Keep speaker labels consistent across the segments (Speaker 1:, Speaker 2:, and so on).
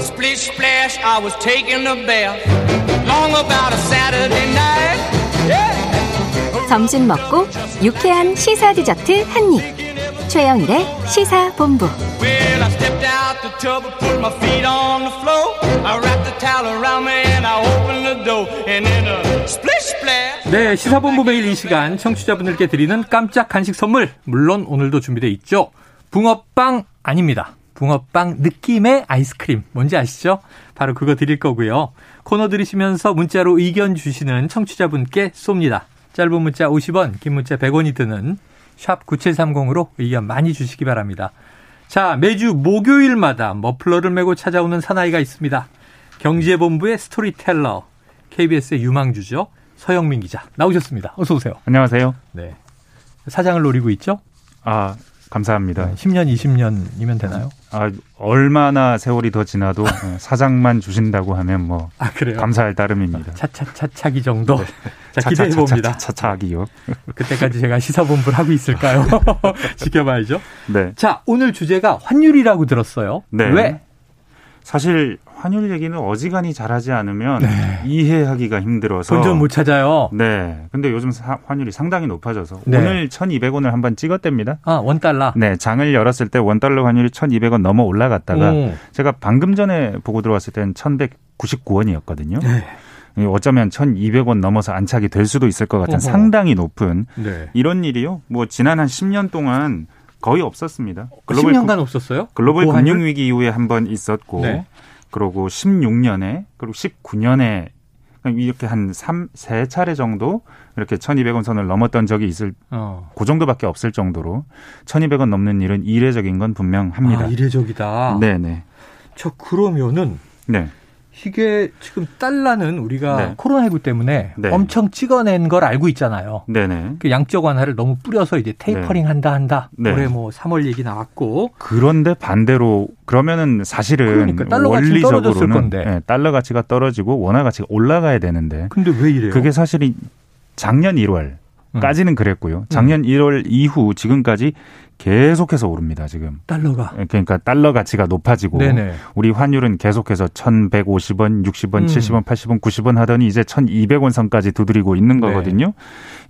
Speaker 1: Splish splash, I was taking a bath. Long about a Saturday night.
Speaker 2: 점심 먹고 유쾌한 시사 디저트 한 입. 최영일의 시사본부.
Speaker 1: Well, I stepped out the tub and put my feet on the floor. I wrapped the towel around me and I opened the door. And then a splish splash.
Speaker 3: 네, 시사본부 매일 이 시간 청취자분들께 드리는 깜짝 간식 선물. 물론 오늘도 준비되어 있죠. 붕어빵 아닙니다. 붕어빵 느낌의 아이스크림. 뭔지 아시죠? 바로 그거 드릴 거고요. 코너 들으시면서 문자로 의견 주시는 청취자분께 쏩니다. 짧은 문자 50원, 긴 문자 100원이 드는 샵 9730으로 의견 많이 주시기 바랍니다. 자, 매주 목요일마다 머플러를 메고 찾아오는 사나이가 있습니다. 경제본부의 스토리텔러, KBS의 유망주죠. 서영민 기자 나오셨습니다. 어서 오세요.
Speaker 4: 안녕하세요.
Speaker 3: 네. 사장을 노리고 있죠?
Speaker 4: 아 감사합니다.
Speaker 3: 10년, 20년이면 되나요?
Speaker 4: 아 얼마나 세월이 더 지나도 네, 사장만 주신다고 하면 뭐
Speaker 3: 아, 그래요?
Speaker 4: 감사할 따름입니다.
Speaker 3: 차차차차기 정도. 아, 자, 기대해 봅니다.
Speaker 4: 네. 차차차기요.
Speaker 3: 그때까지 제가 시사본부를 하고 있을까요? 지켜봐야죠.
Speaker 4: 네.
Speaker 3: 자, 오늘 주제가 환율이라고 들었어요.
Speaker 4: 네.
Speaker 3: 왜?
Speaker 4: 사실 환율 얘기는 어지간히 잘하지 않으면 이해하기가 힘들어서.
Speaker 3: 네. 본전 못 찾아요.
Speaker 4: 네. 근데 요즘 사- 환율이 상당히 높아져서
Speaker 3: 네.
Speaker 4: 오늘 1,200원을 한번 찍었답니다.
Speaker 3: 아, 원달러.
Speaker 4: 네, 장을 열었을 때 원달러 환율이 1,200원 넘어 올라갔다가
Speaker 3: 음.
Speaker 4: 제가 방금 전에 보고 들어왔을 때는 1,199원이었거든요.
Speaker 3: 네.
Speaker 4: 어쩌면 1,200원 넘어서 안착이 될 수도 있을 것 같은
Speaker 3: 어허.
Speaker 4: 상당히 높은
Speaker 3: 네.
Speaker 4: 이런 일이요. 뭐 지난 한 10년 동안 거의 없었습니다. 글로벌
Speaker 3: 10년간 없었어요?
Speaker 4: 글로벌
Speaker 3: 고환율?
Speaker 4: 금융 위기 이후에 한 번 있었고
Speaker 3: 네.
Speaker 4: 그리고 16년에 그리고 19년에 이렇게 한 3, 세 차례 정도 이렇게 1,200원 선을 넘었던 적이 있을
Speaker 3: 어.
Speaker 4: 그 정도밖에 없을 정도로 1,200원 넘는 일은 이례적인 건 분명합니다.
Speaker 3: 아, 이례적이다.
Speaker 4: 네, 네.
Speaker 3: 저 그러면은
Speaker 4: 네.
Speaker 3: 이게 지금 달러는 우리가
Speaker 4: 네.
Speaker 3: 코로나19 때문에
Speaker 4: 네.
Speaker 3: 엄청 찍어낸 걸 알고 있잖아요.
Speaker 4: 네, 네.
Speaker 3: 그 양적 완화를 너무 뿌려서 이제 테이퍼링 한다 한다.
Speaker 4: 네.
Speaker 3: 올해 뭐 3월 얘기 나왔고.
Speaker 4: 그런데 반대로 그러면은 사실은
Speaker 3: 그러니까 달러 가치는 떨어졌을
Speaker 4: 원리적으로는
Speaker 3: 건데.
Speaker 4: 예, 달러 가치가 떨어지고 원화 가치가 올라가야 되는데
Speaker 3: 근데 왜 이래요?
Speaker 4: 그게 사실이 작년
Speaker 3: 음.
Speaker 4: 1월까지는 그랬고요. 작년 1월 이후 지금까지 계속해서 오릅니다. 지금
Speaker 3: 달러가.
Speaker 4: 예, 그러니까 달러 가치가 높아지고
Speaker 3: 네네.
Speaker 4: 우리 환율은 계속해서 1,150원, 60원,
Speaker 3: 음.
Speaker 4: 70원, 80원, 90원 하더니 이제 1,200원 선까지 두드리고 있는
Speaker 3: 네.
Speaker 4: 거거든요.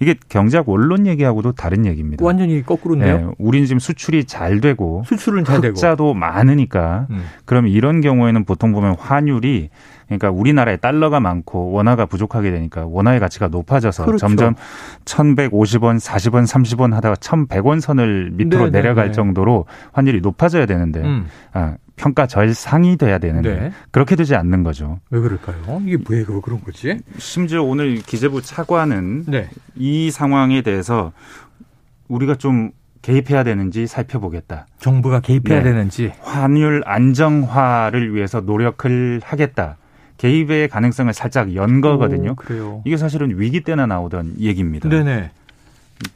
Speaker 4: 이게 경제학 원론 얘기하고도 다른 얘기입니다.
Speaker 3: 완전히 거꾸로인데요.
Speaker 4: 예, 우린 지금 수출이 잘 되고
Speaker 3: 수출은 잘 되고.
Speaker 4: 흑자도 많으니까
Speaker 3: 음.
Speaker 4: 그럼 이런 경우에는 보통 보면 환율이 그러니까 우리나라에 달러가 많고 원화가 부족하게 되니까 원화의 가치가 높아져서
Speaker 3: 그렇죠.
Speaker 4: 점점 1150원, 40원, 30원 하다가 1100원 선을 밑으로
Speaker 3: 네, 네,
Speaker 4: 내려갈
Speaker 3: 네.
Speaker 4: 정도로 환율이 높아져야 되는데
Speaker 3: 음.
Speaker 4: 아, 평가 절상이 돼야 되는데
Speaker 3: 네.
Speaker 4: 그렇게 되지 않는 거죠.
Speaker 3: 왜 그럴까요? 이게 왜 그거 그런 거지?
Speaker 4: 심지어 오늘 기재부 차관은
Speaker 3: 네.
Speaker 4: 이 상황에 대해서 우리가 좀 개입해야 되는지 살펴보겠다.
Speaker 3: 정부가 개입해야
Speaker 4: 네.
Speaker 3: 되는지.
Speaker 4: 환율 안정화를 위해서 노력을 하겠다. 개입의 가능성을 살짝 연 거거든요.
Speaker 3: 오, 그래요.
Speaker 4: 이게 사실은 위기 때나 나오던 얘기입니다.
Speaker 3: 네네.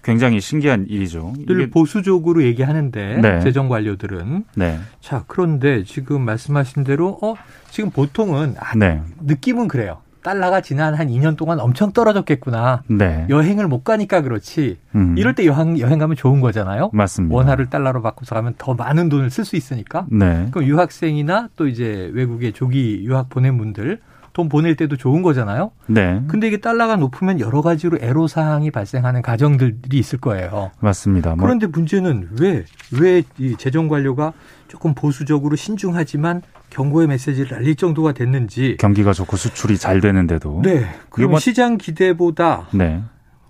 Speaker 4: 굉장히 신기한 일이죠.
Speaker 3: 늘
Speaker 4: 이게-
Speaker 3: 보수적으로 얘기하는데
Speaker 4: 네.
Speaker 3: 재정 관료들은
Speaker 4: 네.
Speaker 3: 자 그런데 지금 말씀하신 대로 어 지금 보통은 아,
Speaker 4: 네.
Speaker 3: 느낌은 그래요. 달러가 지난 한 2년 동안 엄청 떨어졌겠구나.
Speaker 4: 네.
Speaker 3: 여행을 못 가니까 그렇지.
Speaker 4: 음,
Speaker 3: 이럴 때 여행 여행 가면 좋은 거잖아요.
Speaker 4: 맞습니다.
Speaker 3: 원화를 달러로 바꿔서 가면 더 많은 돈을 쓸 수 있으니까.
Speaker 4: 네.
Speaker 3: 그럼 유학생이나 또 이제 외국에 조기 유학 보낸 분들 돈 보낼 때도 좋은 거잖아요.
Speaker 4: 네.
Speaker 3: 근데 이게 달러가 높으면 여러 가지로 애로 사항이 발생하는 가정들이 있을 거예요.
Speaker 4: 맞습니다. 뭐
Speaker 3: 그런데 문제는 왜 왜 이 재정 관료가 조금 보수적으로 신중하지만 경고의 메시지를 날릴 정도가 됐는지
Speaker 4: 경기가 좋고 수출이 잘 되는데도
Speaker 3: 네. 그럼
Speaker 4: 요번-
Speaker 3: 시장 기대보다
Speaker 4: 네.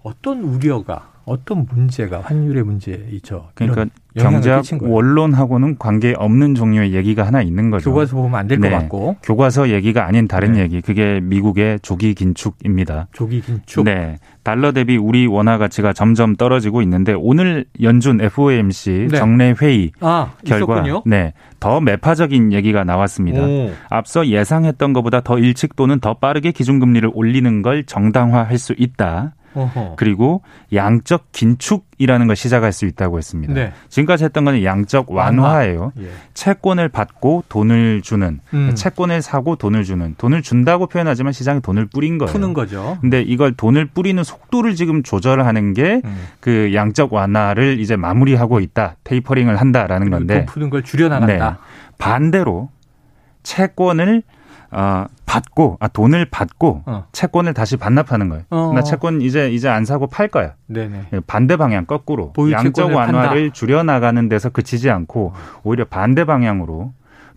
Speaker 3: 어떤 우려가, 어떤 문제가 환율의 문제이죠.
Speaker 4: 그러니까
Speaker 3: 이런 영향을
Speaker 4: 경제학
Speaker 3: 끼친 거예요.
Speaker 4: 원론하고는 관계 없는 종류의 얘기가 하나 있는 거죠.
Speaker 3: 교과서 보면 안 될 것
Speaker 4: 네.
Speaker 3: 같고
Speaker 4: 교과서 얘기가 아닌 다른
Speaker 3: 네.
Speaker 4: 얘기. 그게 미국의 조기 긴축입니다.
Speaker 3: 조기 긴축.
Speaker 4: 네. 달러 대비 우리 원화 가치가 점점 떨어지고 있는데 오늘 연준 FOMC
Speaker 3: 네.
Speaker 4: 정례 회의
Speaker 3: 아
Speaker 4: 결과
Speaker 3: 있었군요. 음.
Speaker 4: 네. 더 매파적인 얘기가 나왔습니다.
Speaker 3: 오,
Speaker 4: 앞서 예상했던 것보다 더 일찍 또는 더 빠르게 기준금리를 올리는 걸 정당화할 수 있다.
Speaker 3: 어허.
Speaker 4: 그리고 양적 긴축이라는 걸 시작할 수 있다고 했습니다.
Speaker 3: 네.
Speaker 4: 지금까지 했던 건 양적 완화예요.
Speaker 3: 예.
Speaker 4: 채권을 받고 돈을 주는,
Speaker 3: 음,
Speaker 4: 채권을 사고 돈을 주는, 돈을 준다고 표현하지만 시장에 돈을 뿌린 거예요.
Speaker 3: 푸는 거죠.
Speaker 4: 근데 이걸 돈을 뿌리는 속도를 지금 조절하는
Speaker 3: 음.
Speaker 4: 게 그 양적 완화를 이제 마무리하고 있다. 테이퍼링을 한다라는
Speaker 3: 그리고 그 돈
Speaker 4: 건데
Speaker 3: 푸는 걸 줄여나간다.
Speaker 4: 반대로 채권을 어, 받고 아 돈을 받고
Speaker 3: 어.
Speaker 4: 채권을 다시 반납하는 거예요.
Speaker 3: 어.
Speaker 4: 나 채권 이제 이제 안 사고 팔 거야.
Speaker 3: 네네.
Speaker 4: 반대 방향 거꾸로
Speaker 3: 보유
Speaker 4: 양적
Speaker 3: 채권을
Speaker 4: 완화를
Speaker 3: 판다.
Speaker 4: 줄여 나가는 데서 그치지 않고 오히려 반대 방향으로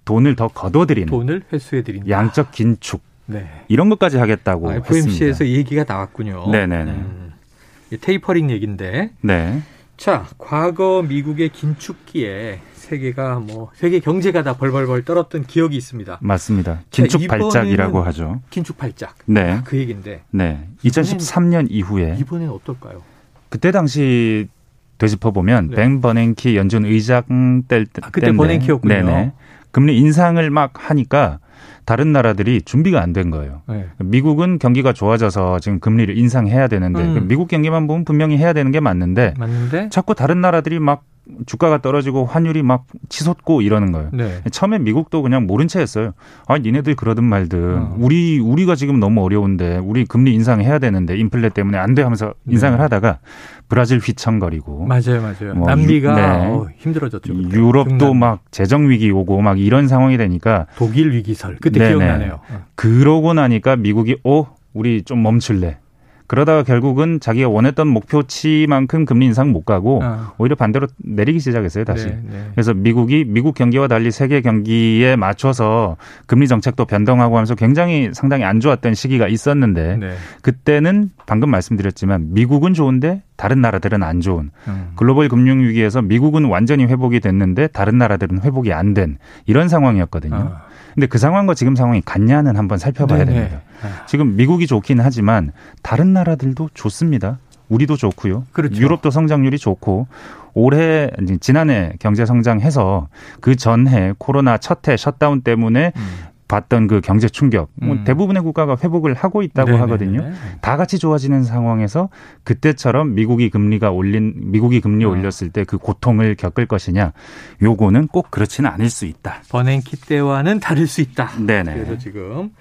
Speaker 4: 돈을 더 걷어들이는
Speaker 3: 돈을 회수해 드린다.
Speaker 4: 네. 양적 긴축
Speaker 3: 네.
Speaker 4: 이런 것까지 하겠다고
Speaker 3: 아, FMC에서
Speaker 4: 했습니다.
Speaker 3: 이 얘기가 나왔군요. 음.
Speaker 4: 네네네.
Speaker 3: 이 테이퍼링 얘긴데.
Speaker 4: 네.
Speaker 3: 자, 과거 미국의 긴축기에 세계가 뭐 세계 경제가 다 벌벌벌 떨었던 기억이 있습니다.
Speaker 4: 맞습니다. 긴축
Speaker 3: 이번에는-
Speaker 4: 발작이라고 하죠.
Speaker 3: 긴축 팔짝.
Speaker 4: 네.
Speaker 3: 그 얘긴데
Speaker 4: 네. 2013년 이후에
Speaker 3: 이번엔 어떨까요?
Speaker 4: 그때 당시 되짚어 보면
Speaker 3: 네.
Speaker 4: 뱅 버냉키 연준 의장 때
Speaker 3: 아, 그때 버냉키였군요.
Speaker 4: 네네. 금리 인상을 막 하니까 다른 나라들이 준비가 안 된 거예요.
Speaker 3: 네.
Speaker 4: 미국은 경기가 좋아져서 지금 금리를 인상해야 되는데
Speaker 3: 음.
Speaker 4: 그럼 미국 경기만 보면 분명히 해야 되는 게 맞는데
Speaker 3: 맞는데.
Speaker 4: 자꾸 다른 나라들이 막 주가가 떨어지고 환율이 막 치솟고 이러는 거예요.
Speaker 3: 네.
Speaker 4: 처음엔 미국도 그냥 모른 채 했어요. 아, 니네들 그러든 말든
Speaker 3: 어.
Speaker 4: 우리 우리가 지금 너무 어려운데 우리 금리 인상해야 되는데 인플레 때문에 안 돼 하면서 인상을
Speaker 3: 네.
Speaker 4: 하다가 브라질 휘청거리고
Speaker 3: 맞아요, 맞아요.
Speaker 4: 뭐,
Speaker 3: 남미가
Speaker 4: 유- 네.
Speaker 3: 어, 힘들어졌죠. 그때.
Speaker 4: 유럽도
Speaker 3: 중남미.
Speaker 4: 막 재정 위기 오고 막 이런 상황이 되니까
Speaker 3: 독일 위기설 그때
Speaker 4: 네네.
Speaker 3: 기억나네요. 어.
Speaker 4: 그러고 나니까 미국이 어 우리 좀 멈출래. 그러다가 결국은 자기가 원했던 목표치만큼 금리 인상 못 가고
Speaker 3: 아.
Speaker 4: 오히려 반대로 내리기 시작했어요 어, 다시.
Speaker 3: 네, 네.
Speaker 4: 그래서 미국이 미국 경기와 달리 세계 경기에 맞춰서 금리 정책도 변동하고 하면서 굉장히 상당히 안 좋았던 시기가 있었는데
Speaker 3: 네.
Speaker 4: 그때는 방금 말씀드렸지만 미국은 좋은데 다른 나라들은 안 좋은
Speaker 3: 음.
Speaker 4: 글로벌 금융 위기에서 미국은 완전히 회복이 됐는데 다른 나라들은 회복이 안 된 이런 상황이었거든요.
Speaker 3: 아.
Speaker 4: 근데 그 상황과 지금 상황이 같냐는 한번 살펴봐야
Speaker 3: 네네.
Speaker 4: 됩니다.
Speaker 3: 아.
Speaker 4: 지금 미국이 좋긴 하지만 다른 나라들도 좋습니다. 우리도 좋고요.
Speaker 3: 그렇죠.
Speaker 4: 유럽도 성장률이 좋고 올해 이제 지난해 경제 성장해서 그 전해 코로나 첫 해 셧다운 때문에 봤던 그 경제 충격 뭐
Speaker 3: 음.
Speaker 4: 대부분의 국가가 회복을 하고 있다고
Speaker 3: 네네네.
Speaker 4: 하거든요. 다 같이 좋아지는 상황에서 그때처럼 미국이 금리가 올린 미국이 금리
Speaker 3: 어.
Speaker 4: 올렸을 때 그 고통을 겪을 것이냐 요거는 꼭 그렇지는 않을 수 있다.
Speaker 3: 버냉키 때와는 다를 수 있다. 그래서
Speaker 4: 네네.
Speaker 3: 지금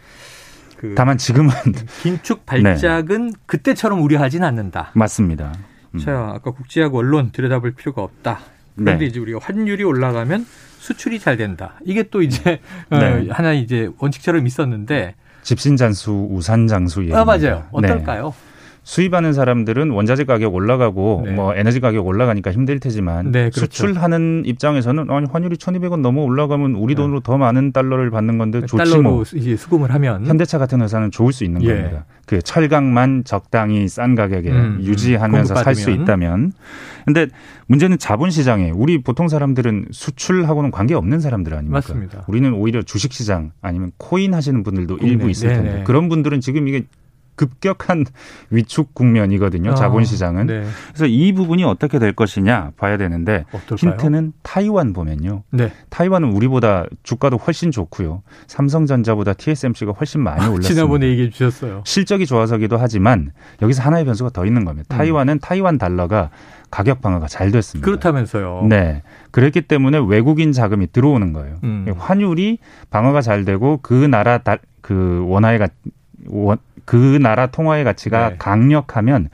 Speaker 3: 그
Speaker 4: 다만 지금은
Speaker 3: 긴축 발작은 그때처럼 우려하진 않는다.
Speaker 4: 맞습니다. 네. 음.
Speaker 3: 자, 아까 국제하고 언론 들여다볼 필요가 없다. 그런데
Speaker 4: 네.
Speaker 3: 이제 우리가 환율이 올라가면 수출이 잘 된다. 이게 또 이제 어,
Speaker 4: 네.
Speaker 3: 하나 이제 원칙처럼 있었는데
Speaker 4: 집신잔수 우산장수 얘기.
Speaker 3: 아 맞아요. 어떨까요?
Speaker 4: 수입하는 사람들은 원자재 가격 올라가고
Speaker 3: 네.
Speaker 4: 뭐 에너지 가격 올라가니까 힘들 테지만
Speaker 3: 네, 그렇죠.
Speaker 4: 수출하는 입장에서는 아니 환율이 1,200원 넘어 올라가면 우리
Speaker 3: 네.
Speaker 4: 돈으로 더 많은 달러를 받는 건데 좋지
Speaker 3: 달러로
Speaker 4: 뭐.
Speaker 3: 이제 수금을 하면
Speaker 4: 현대차 같은 회사는 좋을 수 있는
Speaker 3: 음? 예.
Speaker 4: 겁니다. 그 철강만 적당히 싼 가격에
Speaker 3: 음,
Speaker 4: 유지하면서 살 수 있다면. 근데 문제는 자본시장에 우리 보통 사람들은 수출하고는 관계 없는 사람들 아닙니까?
Speaker 3: 맞습니다.
Speaker 4: 우리는 오히려 주식시장 아니면 코인 하시는 분들도
Speaker 3: 국내,
Speaker 4: 일부 있을 텐데
Speaker 3: 네네.
Speaker 4: 그런 분들은 지금 이게 급격한 위축 국면이거든요.
Speaker 3: 아,
Speaker 4: 자본시장은.
Speaker 3: 네.
Speaker 4: 그래서 이 부분이 어떻게 될 것이냐 봐야 되는데
Speaker 3: 어떨까요?
Speaker 4: 힌트는 타이완 보면요.
Speaker 3: 네.
Speaker 4: 타이완은 우리보다 주가도 훨씬 좋고요. 삼성전자보다 TSMC가 훨씬 많이 올랐습니다.
Speaker 3: 아, 지난번에 얘기해 주셨어요.
Speaker 4: 실적이 좋아서기도 하지만 여기서 하나의 변수가 더 있는 겁니다. 타이완은 타이완 달러가 가격 방어가 잘 됐습니다.
Speaker 3: 음. 그렇다면서요.
Speaker 4: 음. 네. 그랬기 때문에 외국인 자금이 들어오는 거예요.
Speaker 3: 음.
Speaker 4: 환율이 방어가 잘 되고 그 나라 달- 그 원화의 가, 원, 그 나라 통화의 가치가
Speaker 3: 네.
Speaker 4: 강력하면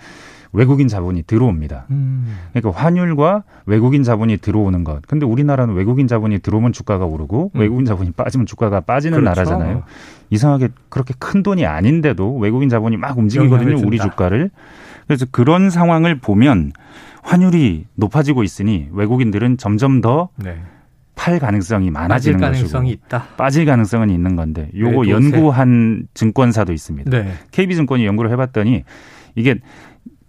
Speaker 4: 외국인 자본이 들어옵니다.
Speaker 3: 음.
Speaker 4: 그러니까 환율과 외국인 자본이 들어오는 것. 근데 우리나라는 외국인 자본이 들어오면 주가가 오르고
Speaker 3: 음.
Speaker 4: 외국인 자본이 빠지면 주가가 빠지는
Speaker 3: 그렇죠.
Speaker 4: 나라잖아요. 이상하게 그렇게 큰 돈이 아닌데도 외국인 자본이 막 움직이거든요.
Speaker 3: 영향을
Speaker 4: 우리
Speaker 3: 준다.
Speaker 4: 주가를. 그래서 그런 상황을 보면 환율이 높아지고 있으니 외국인들은 점점 더
Speaker 3: 네.
Speaker 4: 팔 가능성이
Speaker 3: 맞을
Speaker 4: 많아지는
Speaker 3: 가능성이
Speaker 4: 것이고
Speaker 3: 있다.
Speaker 4: 빠질 가능성은 있는 건데 요거
Speaker 3: 외도세.
Speaker 4: 연구한 증권사도 있습니다.
Speaker 3: 네.
Speaker 4: KB증권이 연구를 해봤더니 이게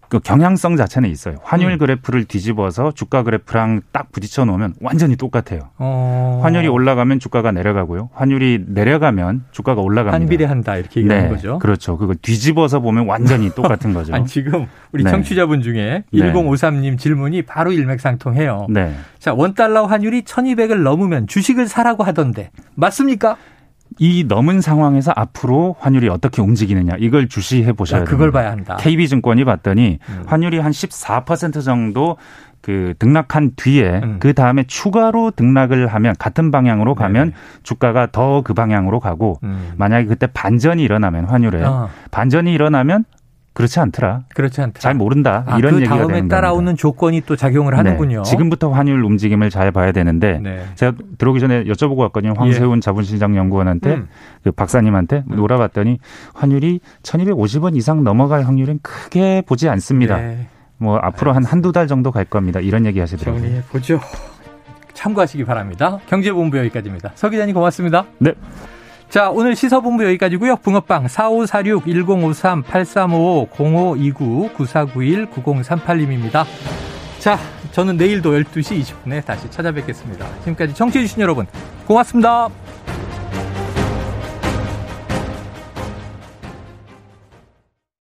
Speaker 4: 그 경향성 자체는 있어요. 환율
Speaker 3: 음.
Speaker 4: 그래프를 뒤집어서 주가 그래프랑 딱 부딪혀 놓으면 완전히 똑같아요.
Speaker 3: 어.
Speaker 4: 환율이 올라가면 주가가 내려가고요. 환율이 내려가면 주가가 올라갑니다.
Speaker 3: 한비례한다 이렇게 얘기하는 거죠.
Speaker 4: 그렇죠. 그걸 뒤집어서 보면 완전히 똑같은 거죠.
Speaker 3: 아니, 지금 우리
Speaker 4: 네.
Speaker 3: 청취자분 중에
Speaker 4: 네.
Speaker 3: 1053님 질문이 바로 일맥상통해요.
Speaker 4: 네.
Speaker 3: 자, 원달러 환율이 1200을 넘으면 주식을 사라고 하던데 맞습니까?
Speaker 4: 이 넘은 상황에서 앞으로 환율이 어떻게 움직이느냐 이걸 주시해 보셔야
Speaker 3: 자,
Speaker 4: 돼요.
Speaker 3: 아, 그걸 봐야 한다.
Speaker 4: KB증권이 아. 봤더니
Speaker 3: 음.
Speaker 4: 환율이 한 14% 정도 그 등락한 뒤에
Speaker 3: 음.
Speaker 4: 그 다음에 추가로 등락을 하면 같은 방향으로 가면
Speaker 3: 네네.
Speaker 4: 주가가 더 그 방향으로 가고
Speaker 3: 음.
Speaker 4: 만약에 그때 반전이 일어나면 환율에
Speaker 3: 아,
Speaker 4: 반전이 일어나면 그렇지 않더라.
Speaker 3: 그렇지 않더라.
Speaker 4: 잘 모른다.
Speaker 3: 아,
Speaker 4: 이런
Speaker 3: 그
Speaker 4: 얘기가
Speaker 3: 다음에
Speaker 4: 되는
Speaker 3: 따라오는
Speaker 4: 겁니다.
Speaker 3: 조건이 또 작용을 하는군요.
Speaker 4: 네, 지금부터 환율 움직임을 잘 봐야 되는데
Speaker 3: 네.
Speaker 4: 제가 들어오기 전에 여쭤보고 왔거든요. 황세훈 자본시장연구원한테
Speaker 3: 예. 음.
Speaker 4: 그 박사님한테 놀아봤더니 환율이 1,250원 이상 넘어갈 확률은 크게 보지 않습니다.
Speaker 3: 네,
Speaker 4: 뭐 앞으로 한 한두 달 정도 갈 겁니다. 이런 얘기 하시더라고요.
Speaker 3: 정리해 보죠. 참고하시기 바랍니다. 경제본부 여기까지입니다. 서 기자님 고맙습니다.
Speaker 4: 네.
Speaker 3: 자, 오늘 시사본부 여기까지고요. 붕어빵 4546 1053 8355 0529 9491 9038님입니다. 자, 저는 내일도 12시 20분에 다시 찾아뵙겠습니다. 지금까지 청취해주신 여러분 고맙습니다.